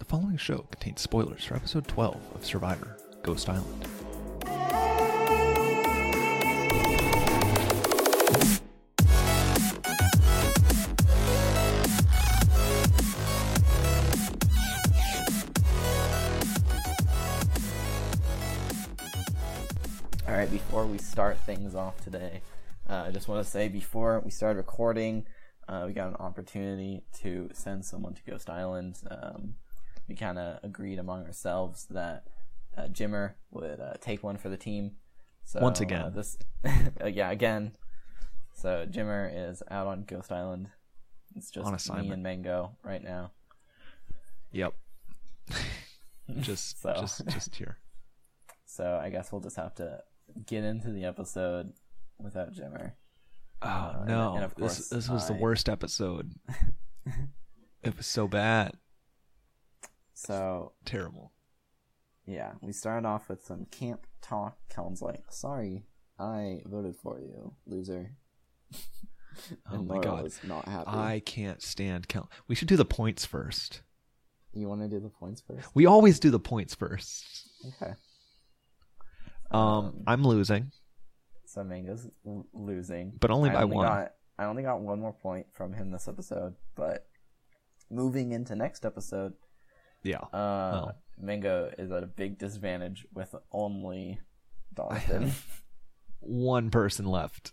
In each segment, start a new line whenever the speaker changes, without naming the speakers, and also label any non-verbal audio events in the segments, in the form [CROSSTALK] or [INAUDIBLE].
The following show contains spoilers for episode 12 of Survivor Ghost Island.
All right, before we start things off today, uh, I just want to say before we started recording, uh, we got an opportunity to send someone to Ghost Island. Um, we kind of agreed among ourselves that uh, Jimmer would uh, take one for the team. So
Once
uh,
again.
this [LAUGHS] uh, yeah, again. So Jimmer is out on Ghost Island. It's
On
just me
assignment.
and Mango right now.
Yep. just,
So.
[LAUGHS] just, just here.
So I guess we'll just have to get into the episode without Jimmer.
[LAUGHS] Oh
and-
no!
and of
this
course,
this was the
I-
worst [LAUGHS] episode. it was so bad,
So
terrible.
Yeah, we started off with some camp talk. Kellen's like, "Sorry, I voted for you, loser."
Oh
And
my
Laura
god!
was not happy.
I can't stand Kel. We should do the points first.
You want to do the points first?
We always do the points first.
Okay.
Um, I'm losing,
So Mango's l- losing,
but only by
only
one.
Got, I only got one more point from him this episode, but moving into next episode,
yeah.
uh,
Oh.
Mango is at a big disadvantage with only
[LAUGHS]
Dawson.
have- One person left.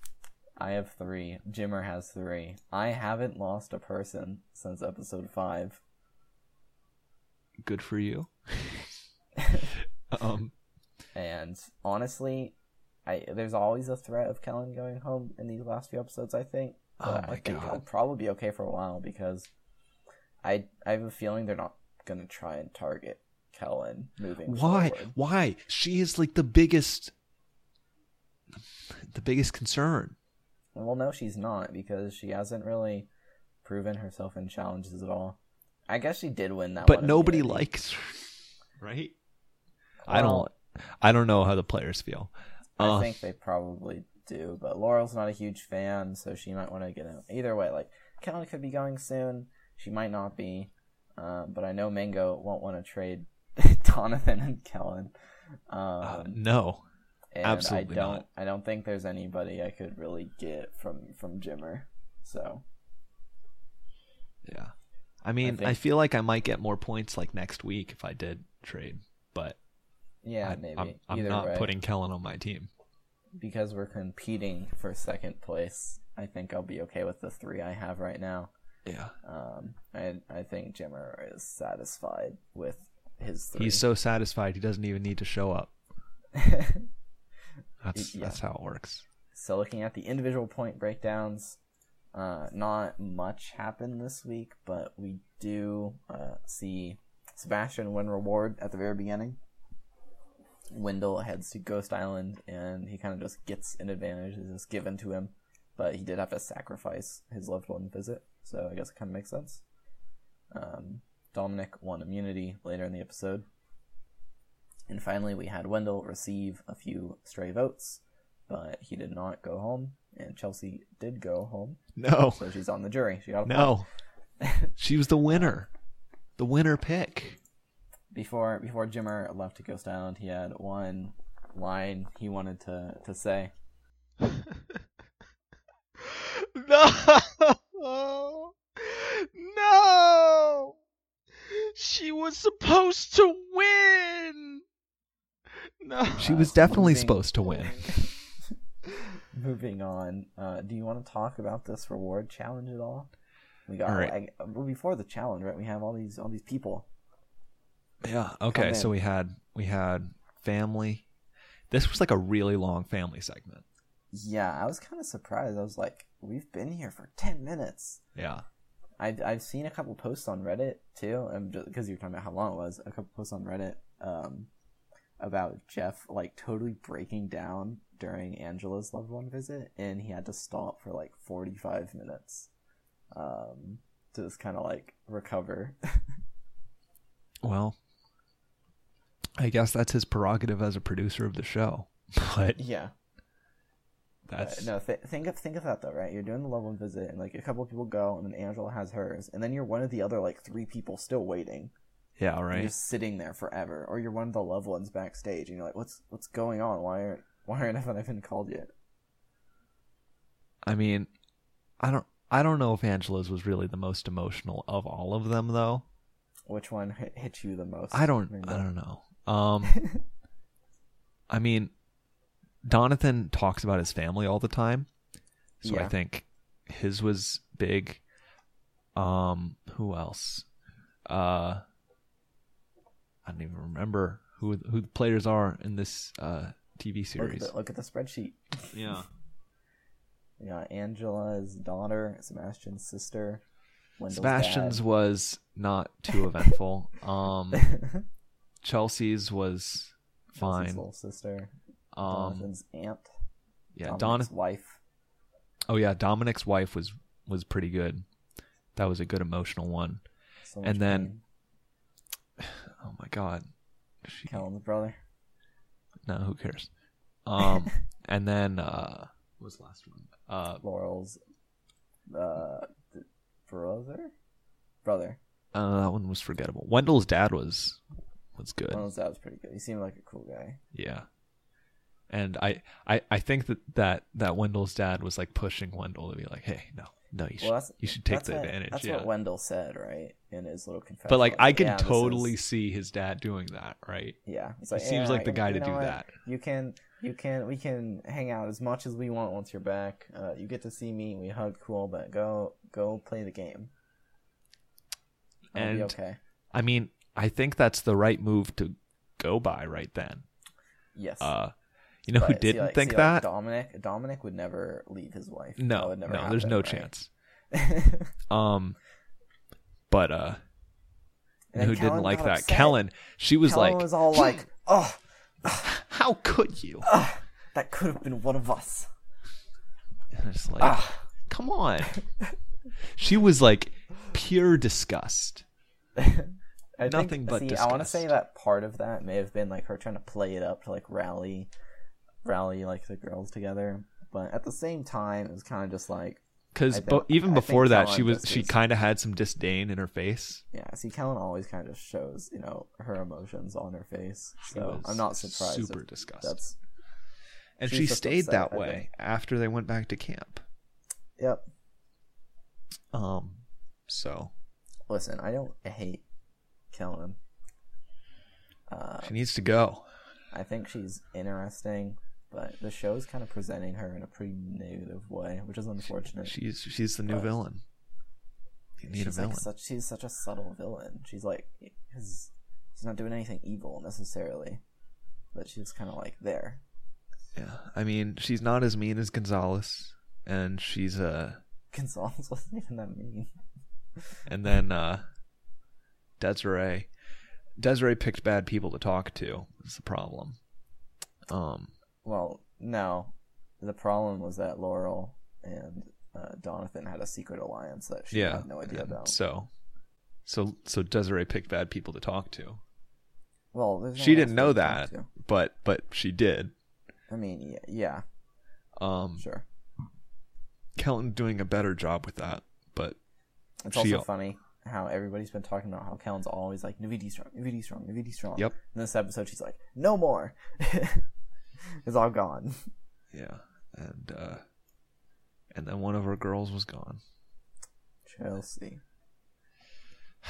I have three. Jimmer has three. I haven't lost a person since episode five.
Good for [LAUGHS] you. um.
And honestly, I there's always a threat of Kellen going home in these last few episodes. I think.
Oh
But
my
I think
god.
I'll probably be okay for a while because I I have a feeling they're not gonna try and target Kellen moving.
why
forward.
why she is like the biggest the biggest concern
Well, no, she's not because she hasn't really proven herself in challenges at all. I guess she did win that, one
but
in
nobody
Unity.
likes her, right i don't
Well,
i don't know how the players feel
I
Uh,
think they probably do, but Laurel's not a huge fan, so she might want to get out. Either way, like Kellen could be going soon. She might not be, uh, but I know Mango won't want to trade [LAUGHS] Donovan and Kellen. Um,
uh, no
and
absolutely
I don't.
not.
I don't think there's anybody I could really get from from Jimmer. So
yeah i mean I,
think-
feel like i might get more points like next week if i did trade but
yeah,
I,
maybe
am I'm
either
not
way,
putting kellen on my team
because we're competing for second place. I think I'll be okay with the three I have right now.
yeah
Um, and I think Jimmer is satisfied with his three.
he's so satisfied he doesn't even need to show up
[LAUGHS]
that's
Yeah.
that's how it works
so looking at the individual point breakdowns, uh, not much happened this week, but we do uh, see Sebastian win reward at the very beginning. Wendell heads to Ghost Island, and he kind of just gets an advantage that's just given to him, but he did have to sacrifice his loved one visit, so I guess it kind of makes sense. Um, Dominic won immunity later in the episode. And finally, we had Wendell receive a few stray votes, but he did not go home, and Chelsea did go home,
no
so she's on the jury. She got a point. [LAUGHS]
no she was the winner the winner pick
before before Jimmer left to Ghost Island, he had one line he wanted to to say.
No! No! She was supposed to win! No.
She
Uh,
was definitely
losing-
supposed to win.
[LAUGHS] Moving on, uh, do you want to talk about this reward challenge at all? We got
All
all
right.
right. well, before the challenge, right? We have all these all these people.
Yeah. Okay.
Come
So
in.
we had we had family. This was like a really long family segment.
Yeah, I was kind of surprised. I was like, we've been here for ten minutes.
Yeah.
I've, I've seen a couple posts on Reddit too, because you were talking about how long it was. A couple posts on Reddit um, about Jeff like totally breaking down during Angela's loved one visit, and he had to stop for like forty five minutes um, to just kind of like recover.
Well, I guess that's his prerogative as a producer of the show. [LAUGHS] But
yeah,
that's
Uh, no. Th- think of think of that though, right? You're doing the loved one visit, and like a couple people go, and then Angela has hers, and then you're one of the other like three people still waiting.
Yeah,
You're
right.
just sitting there forever, or you're one of the loved ones backstage, and you're like, "What's what's going on? Why aren't why aren't [LAUGHS] haven't I been called yet?"
I mean, I don't I don't know if Angela's was really the most emotional of all of them though.
Which one hit, hit you the most?
I don't
Rainbow?
I
[LAUGHS]
don't know. Um I mean Donathan talks about his family all the time. So I
Yeah.
think his was big. Um who else? Uh I don't even remember who who the players are in this uh TV
Look at,
series.
the, look at the spreadsheet.
Yeah.
We got Angela's daughter, Sebastian's sister, Wendell's [LAUGHS]
Sebastian's
dad.
was not too eventful.
[LAUGHS]
Um Chelsea's was
Chelsea's
fine.
little sister,
Um,
Jonathan's aunt,
yeah, Don.
Dominic's wife.
Oh yeah, Dominic's wife was was pretty good. That was a good emotional one.
So
and
much
then-
pain.
Oh my god. She,
Callum's brother.
no, who cares?
[LAUGHS]
Um, and then uh, what was the last one? Uh,
Laurel's uh, th- brother? Brother.
uh, that one was forgettable. Wendell's dad was was good.
Laurel's dad was pretty good. He seemed like a cool guy.
Yeah. And I, I, I think that, that that Wendell's dad was like pushing Wendell to be like, hey, no, no, you should,
Well, that's,
you should take
that's
the
what,
advantage.
That's
yeah.
what Wendell said, right? In his little confession.
but like, I can totally see his dad doing that, right?
Yeah, it's
He seems
"Yeah,
like the
you-
guy
you
to
know
do
what?
that.
You can, you can, we can hang out as much as we want once you're back. Uh, you get to see me. We hug, cool, but go, go play the game. I'll
And-
be okay.
I mean, I think that's the right move to go by right then.
Yes.
Uh, you know who
But see,
didn't
like-
think
see, like,
that?
Dominic, Dominic would never leave his wife. That
no,
would
no,
never
there's
happen,
no
right? [LAUGHS]
chance.
and
Um, but uh,
then
who
Kellen
didn't like
got
that?
upset.
Kellen. She was
Kellen
like,
was all like, "Oh,
"How could
[LAUGHS]
you?"
that could have been one of us."
And it's like,
Ah.
come on. she was like pure disgust.
I think-
Nothing but
see, I want to
disgust.
say that part of that may have been like her trying to play it up to like rally, rally like the girls together. But at the same time, it was kind of just like,
Because
I
bo-
don't- I
even
think
before that, she
Kellen
was
just
she
is-
kind of had some disdain in her face.
yeah. See, Kellen always kind of just shows you know her emotions on her face,
She
so
was
I'm not surprised.
Super
if
disgusted.
That's
and
she
she
was just
stayed
upset,
that
I
way after they went back to camp.
yep.
Um, so
Listen, I don't hate Kellen. Uh,
she needs to go.
I think she's interesting, but the show's kind of presenting her in a pretty negative way, which is unfortunate.
She's she's the new
But-
villain. You need a
she's
villain.
Like such, she's such a subtle villain. She's like, she's, she's not doing anything evil necessarily, but she's kind of like there. [LAUGHS]
yeah, I mean she's not as mean as Gonzalez, and she's uh,
Gonzalez wasn't even that mean.
and then uh, Desiree. Desiree picked bad people to talk to. Is the problem? Um,
Well, no, the problem was that Laurel and uh, Donathan had a secret alliance that she
yeah,
had no idea
and
about.
So, so so Desiree picked bad people to talk to,
well, there's no
she
one
didn't
else
know
to talk
that.
to.
but but she did.
I mean, yeah, yeah,
Um,
sure.
Kelton doing a better job with that, but
It's
She-
also funny how everybody's been talking about how Kellen's always like Navidi strong, Navidi strong, Navidi strong.
Yep.
In this episode, she's like, no more. [LAUGHS] it's all gone.
yeah, and uh, and then one of her girls was gone.
Chelsea.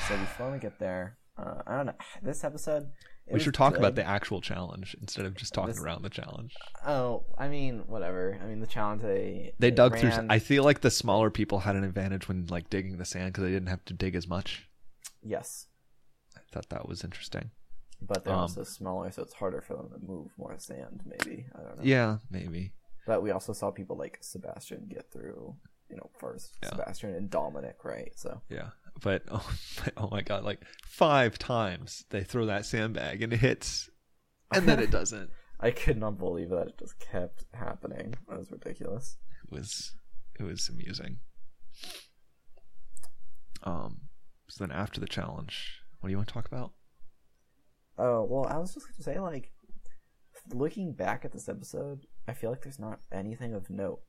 So before we get there, uh, I don't know. This episode.
we
it was
should talk about
good.
the actual challenge instead of just talking
This-
around the challenge.
Oh, I mean, whatever. I mean, the challenge they
They dug through.
ran-
I feel like the smaller people had an advantage when like digging the sand because they didn't have to dig as much.
yes,
I thought that was interesting.
but they're
Um,
also smaller, so it's harder for them to move more sand. Maybe I don't know.
Yeah, maybe.
But we also saw people like Sebastian get through. You know, first
Yeah.
Sebastian and Dominic, right? So
Yeah, but oh, [LAUGHS] oh my god! Like five times they throw that sandbag and it
[LAUGHS]
hits, and then it doesn't.
I could not believe that it just kept happening. That was ridiculous.
it was it was amusing. Um, so then after the challenge, what do you want to talk about?
Oh well, I was just going to say like, looking back at this episode, I feel like there's not anything of note. [LAUGHS]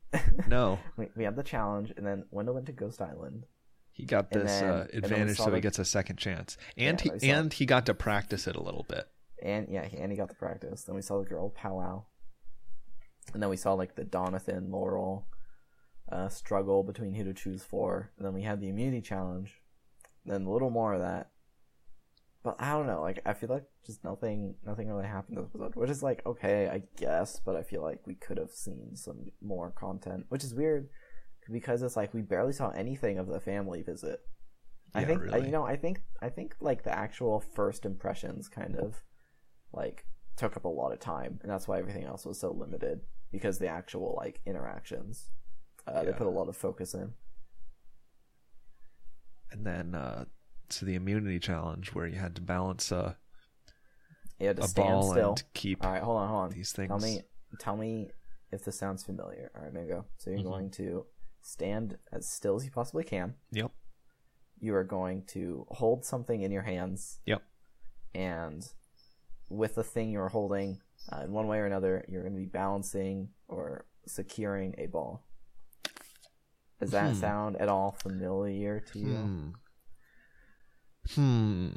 No,
we, we had the challenge, and then Wendell went to Ghost Island.
He got
And
this
then-
uh,
and then we
advantage,
saw
so he
the-
gets a second chance, and
Yeah, we saw-
he and he got to practice it a little bit.
and yeah, he- and he got the practice. Then we saw the girl powwow, and then we saw like the Donathan Laurel uh, struggle between who to choose for. And then we had the immunity challenge. Then a little more of that, but I don't know. Like I feel like just nothing, nothing really happened this episode, which is like okay, I guess. But I feel like we could have seen some more content, which is weird because it's like we barely saw anything of the family visit. I
Yeah,
think I
really.
you know I think I think like the actual first impressions kind of like took up a lot of time and that's why everything else was so limited because the actual like interactions uh, they
Yeah.
put a lot of focus in.
And then uh, to the immunity challenge where you had to balance a,
You had to
a
stand
ball
still.
and keep
All right, hold on, hold on.
these things.
Tell me, tell me if this sounds familiar. All right, Mingo. So you're
Mhm.
going to stand as still as you possibly can.
Yep.
You are going to hold something in your hands.
Yep.
And with the thing you're holding, uh, in one way or another, you're going to be balancing or securing a ball. Does that
Hmm.
sound at all familiar to you?
Hmm. Hmm.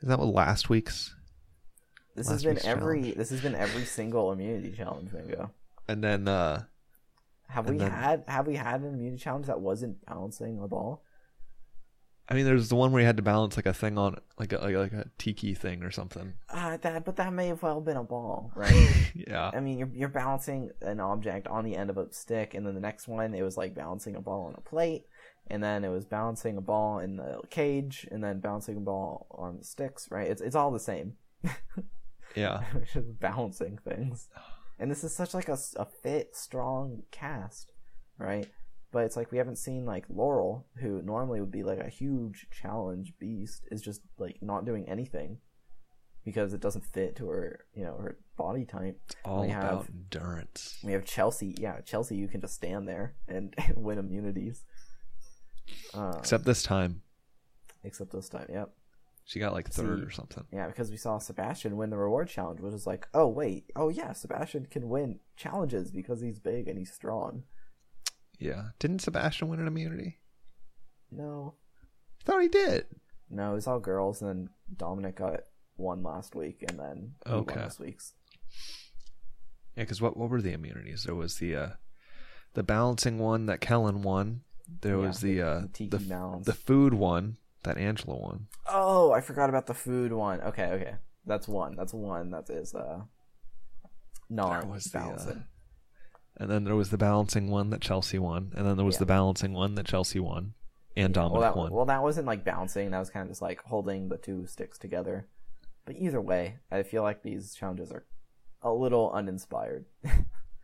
Is that what last week's?
This
Last
has been
week's
every.
challenge.
This has been every single immunity challenge, Mingo.
And then uh,
Have
And
we
then-
had have we had an immunity challenge that wasn't balancing the ball?
I mean, there's the one where you had to balance like a thing on like a like a, like a tiki thing or something. [LAUGHS]
Uh, that but that may have well been a ball, right?
yeah.
I mean, you're you're balancing an object on the end of a stick, and then the next one it was like balancing a ball on a plate, and then it was balancing a ball in the cage, and then balancing a ball on the sticks, right? It's it's all the same.
Yeah.
[LAUGHS] It's just balancing things, and this is such like a, s- a fit, strong cast, right? But it's like we haven't seen like Laurel, who normally would be like a huge challenge beast, is just like not doing anything because it doesn't fit to her, you know, her body type.
It's all
We have-
about endurance.
We have Chelsea. Yeah, Chelsea, you can just stand there and [LAUGHS] win immunities. Uh, except,
Except this time,
this time, yep.
she got like third
See.
or something.
Yeah, because we saw Sebastian win the reward challenge, which is like, oh, wait. Oh, yeah, Sebastian can win challenges because he's big and he's strong.
Yeah. Didn't Sebastian win an immunity?
No.
I thought he did.
No, it's all girls, and then Dominic got one last week, and then he
Okay.
won this week's.
Yeah, because what what were the immunities? There was the uh, the balancing one that Kellen won. There
Yeah,
was the uh,
tiki
the
balance.
the food one that Angela won.
Oh, I forgot about the food one. Okay, okay. That's one. That's one that is uh,
There was the, uh,
non-balancing.
And then there was the balancing one that Chelsea won. And then there was
Yeah.
the balancing one that Chelsea won, and Dominic
well, that,
won.
well, that wasn't like bouncing. That was kind of just like holding the two sticks together. But either way, I feel like these challenges are a little uninspired. [LAUGHS]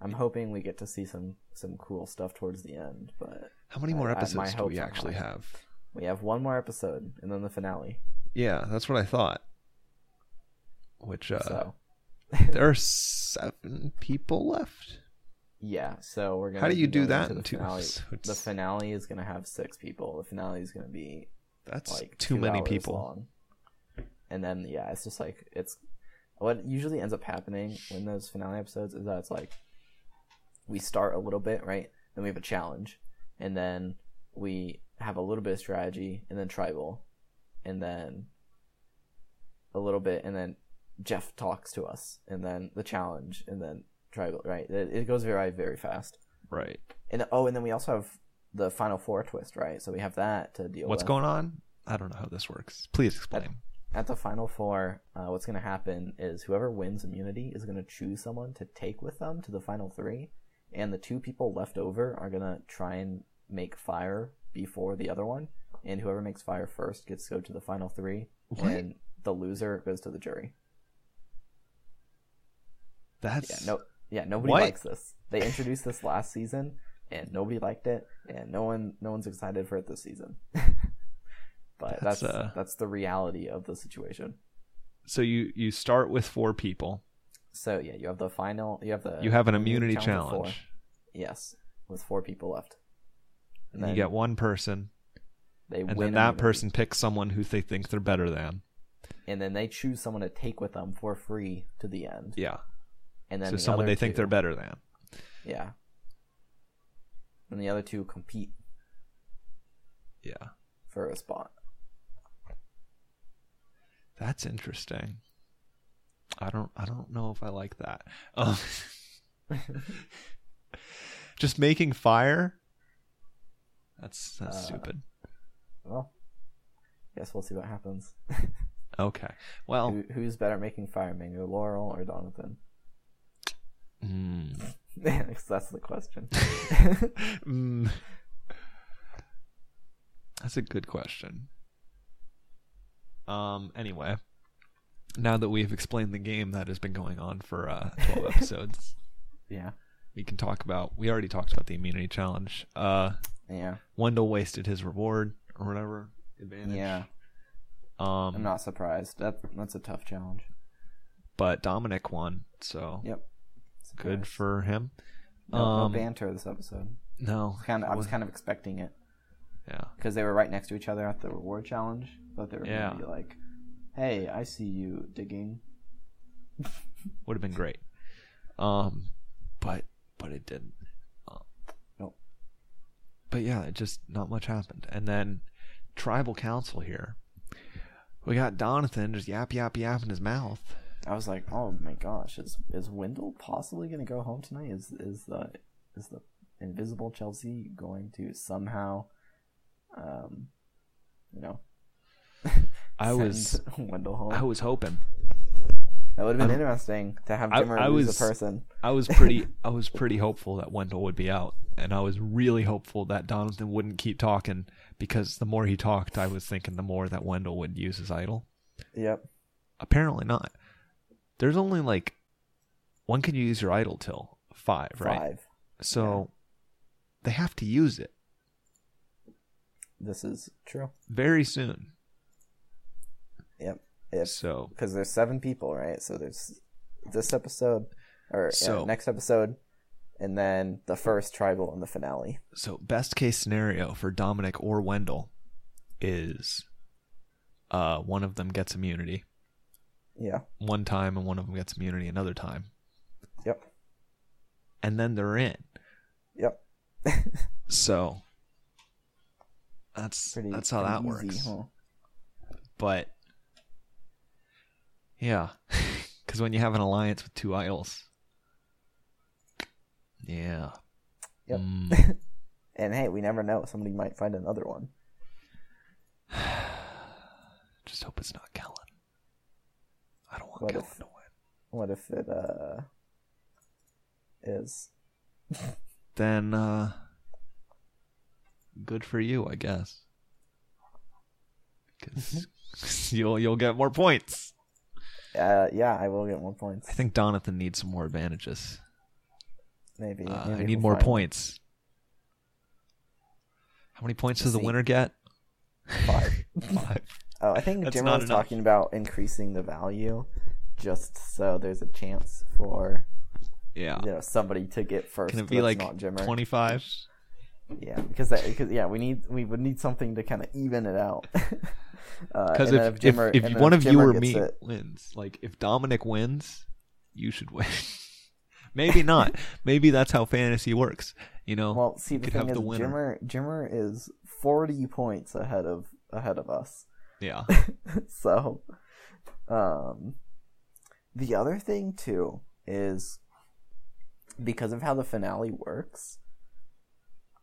I'm hoping we get to see some some cool stuff towards the end, but
How many
I-
more
I- my
episodes do
hopes
we
are
actually
high.
have?
we have one more episode and then the finale.
Yeah, that's what I thought. Which uh,
so
there are seven people left.
yeah, so we're gonna.
How do you
be
do
going
that
into
in
the
two
finale.
episodes?
The finale is gonna have six people. The finale is gonna be
That's
like
too
two
many
hours
people.
long. And then yeah, it's just like it's what usually ends up happening when those finale episodes is that it's like we start a little bit, right? Then we have a challenge, and then we have a little bit of strategy, and then tribal, and then a little bit, and then Jeff talks to us, and then the challenge, and then tribal, right? It, it goes very very fast.
Right.
And oh, and then we also have the final four twist, right? So we have that to deal
What's
with.
going on? I don't know how this works. Please explain.
at the final four, uh, what's going to happen is whoever wins immunity is going to choose someone to take with them to the final three, and the two people left over are going to try and make fire before the other one, and whoever makes fire first gets to go to the final three,
What?
and the loser goes to the jury. Yeah,
That's
no, yeah, nobody
What?
likes this. They introduced this last season, and nobody liked it, and no one, no one's excited for it this season. [LAUGHS] but
That's,
that's
uh,
that's the reality of the situation.
so you you start with four people.
So yeah, you have the final. You have the.
you have an
immunity
immunity
challenge of
challenge.
four. Yes, with four people left.
And you get one person,
they
and
win
then that
immunity.
person picks someone who they think they're better than.
and then they choose someone to take with them for free to the end,
Yeah.
and then
So
the
someone
other
they think
two-
they're better than.
Yeah. And the other two compete
Yeah.
for a spot.
That's interesting. I don't I don't know if I like that. Um, [LAUGHS] just making fire? That's that's
Uh,
stupid.
Well, guess we'll see what happens.
Okay. Well,
Who, who's better at making fire, Mango Laurel or [LAUGHS] Donovan?
mm,
that's the
[LAUGHS]
question.
mm. That's a good question. Um anyway, now that we've explained the game that has been going on for uh 12
[LAUGHS]
episodes,
yeah,
we can talk about we already talked about the immunity challenge. Uh
yeah,
Wendell wasted his reward or whatever advantage.
yeah.
Um,
I'm not surprised. That that's a tough challenge.
But Dominic won, so
Yep.
good
Surprised.
for him.
No,
um,
no banter this episode.
No,
Kind of, I was
wasn't-
kind of expecting it
yeah,
because they were right next to each other at the reward challenge. But they were
Yeah.
gonna be like, "Hey, I see you digging."
would have been great. Um, but but it didn't. Uh,
Nope.
But yeah, it just not much happened. And then tribal council here. We got Donathan just yap yap yap in his mouth.
I was like, "Oh my gosh, is is Wendell possibly gonna go home tonight? Is is the is the invisible Chelsea going to somehow, um, you know,
I was
send [LAUGHS] Wendell home?
I was hoping.
that would have been
I'm-
interesting to have
I-
Jimmer
I
lose
was-
a person.
I was pretty I was pretty hopeful that Wendell would be out, and I was really hopeful that Donovan wouldn't keep talking because the more he talked, I was thinking the more that Wendell would use his idol.
Yep.
Apparently not. There's only like one can use your idol till five, right?
Five.
So they have to use it
This is true.
very soon.
Yep. If
So
because there's seven people, right? So there's this episode, or
So-
yeah, next episode, and then the first tribal and the finale.
so best case scenario for Dominic or Wendell is uh one of them gets immunity
Yeah.
one time and one of them gets immunity another time.
Yep.
and then they're in.
Yep. [LAUGHS]
So that's that's how that
pretty
works.
easy, huh?
But yeah, [LAUGHS] because when you have an alliance with two idols, yeah,
Yep.
Mm, [SIGHS]
And hey, we never know. Somebody might find another one.
just hope it's not Kellen. I don't want
What
Kellen
if-
to win.
What if it uh is?
Then uh, good for you, I
[LAUGHS]
guess,
Mm-hmm.
because [LAUGHS] you'll you'll get more points.
Uh, yeah, I will get more points.
I think Donathan needs some more advantages.
Maybe,
Uh,
maybe
I need
we'll
more
find
points. How many points does the
See.
winner get?
Five.
[LAUGHS] Five.
Oh, I think
That's
Jim
not
was
enough.
talking about increasing the value, just so there's a chance for
Yeah.
you know somebody to get first.
Can it
that's
be like
not Jimmer.
twenty-five?
Yeah, because that, because yeah, we need we would need something to kind of even it out. [LAUGHS] Uh,
Because
Because
if, if, if, one of you or me wins, like if Dominic wins, you should win. [LAUGHS] Maybe
[LAUGHS]
not. Maybe that's how fantasy works. You know,
well, see
you
the
could
thing
have
is,
the winner.
Jimmer Jimmer is forty points ahead of ahead of us. [LAUGHS]
yeah,
so, um, the other thing too is because of how the finale works,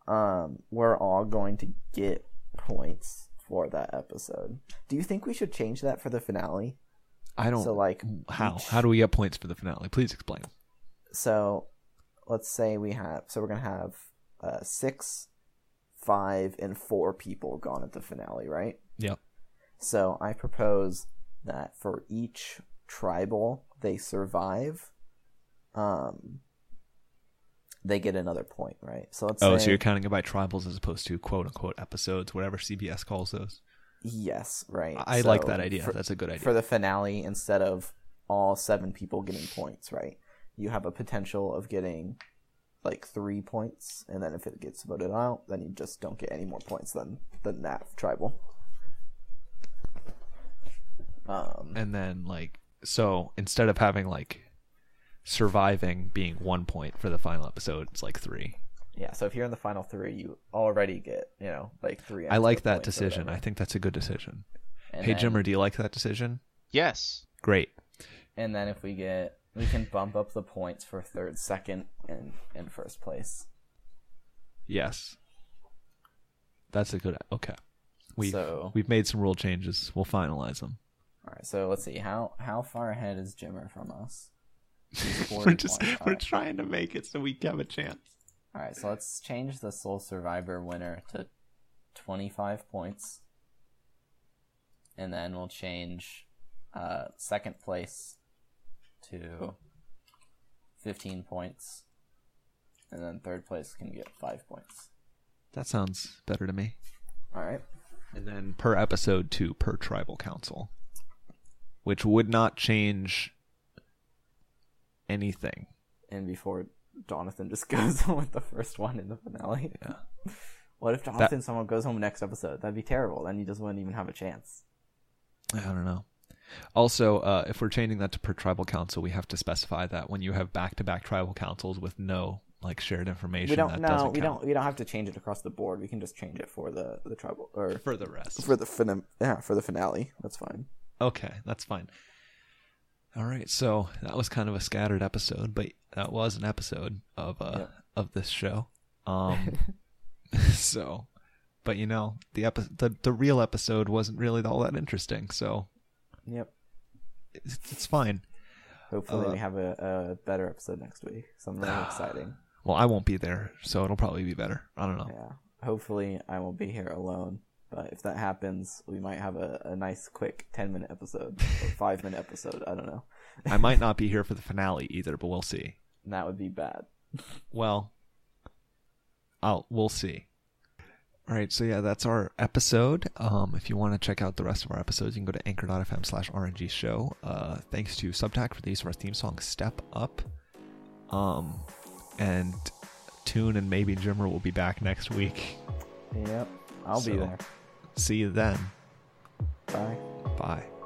um, we're all going to get points for that episode. Do you think we should change that for the finale?
I don't.
So like
how how do we get points for the finale? Please explain.
so let's say we have so we're gonna have uh, six five and four people gone at the finale right
Yep.
so i propose that for each tribal they survive um they get another point right so let's
Oh,
say
so you're counting it by tribals as opposed to quote unquote episodes, whatever CBS calls those.
yes right
I I like
So
that idea.
for-
That's a good idea.
for the finale instead of all seven people getting points, right? You have a potential of getting like three points, and then if it gets voted out, then you just don't get any more points than than that tribal. Um,
and then like so instead of having like surviving being one point for the final episode, it's like three.
Yeah, so if you're in the final three, you already get you know like three.
I
extra
like that
points or
decision. I
whatever.
think that's a good decision.
And
hey,
then-
Jimmer, do you like that decision?
Yes.
Great.
And then if we get, we can bump up the points for third, second, and and first place.
Yes. That's a good. Okay. We've,
So-
we've made some rule changes. We'll finalize them.
All right, so let's see how how far ahead is Jimmer from us. He's
[LAUGHS]
40
We're just
points. All
we're
right.
trying to make it so we have a chance.
All right, so let's change the Soul Survivor winner to 25 points. And then we'll change uh, second place to 15 points. And then third place can get 5 points.
That sounds better to me.
All right.
And then per episode two per tribal council, which would not change anything.
And before Jonathan just [LAUGHS] goes home with the first one in the finale.
Yeah.
[LAUGHS] What if Jonathan someone goes home next episode? That'd be terrible. Then he just wouldn't even have a chance.
I don't know. Also, uh, if we're changing that to per tribal council, we have to specify that when you have back to back tribal councils with no like shared information,
We don't
that
know.
doesn't
We
count
don't. We don't have to change it across the board. We can just change it for the the tribal or
for the rest.
for the fin- yeah for the finale. That's fine.
Okay, that's fine. All right, so that was kind of a scattered episode, but that was an episode of uh
Yeah.
of this show. Um [LAUGHS] so but you know, the epi- the the real episode wasn't really all that interesting, so
Yep.
it's, it's fine.
Hopefully
Uh,
we have a, a better episode next week. Something
[SIGHS]
really exciting.
Well, I won't be there, so it'll probably be better. I don't know.
Yeah. Hopefully I won't be here alone. But if that happens, we might have a, a nice quick ten minute episode or five minute episode. I don't know.
I might not be here for the finale either, but we'll see.
And that would be bad.
Well, I'll we'll see. All right, so yeah, that's our episode. Um, if you want to check out the rest of our episodes, you can go to anchor.fm slash RNG show. Uh, thanks to Subtac for the use of our theme song, Step Up. Um, and Tune and maybe Jimmer will be back next week.
Yep. I'll
So-
be there.
See you then.
Bye.
Bye.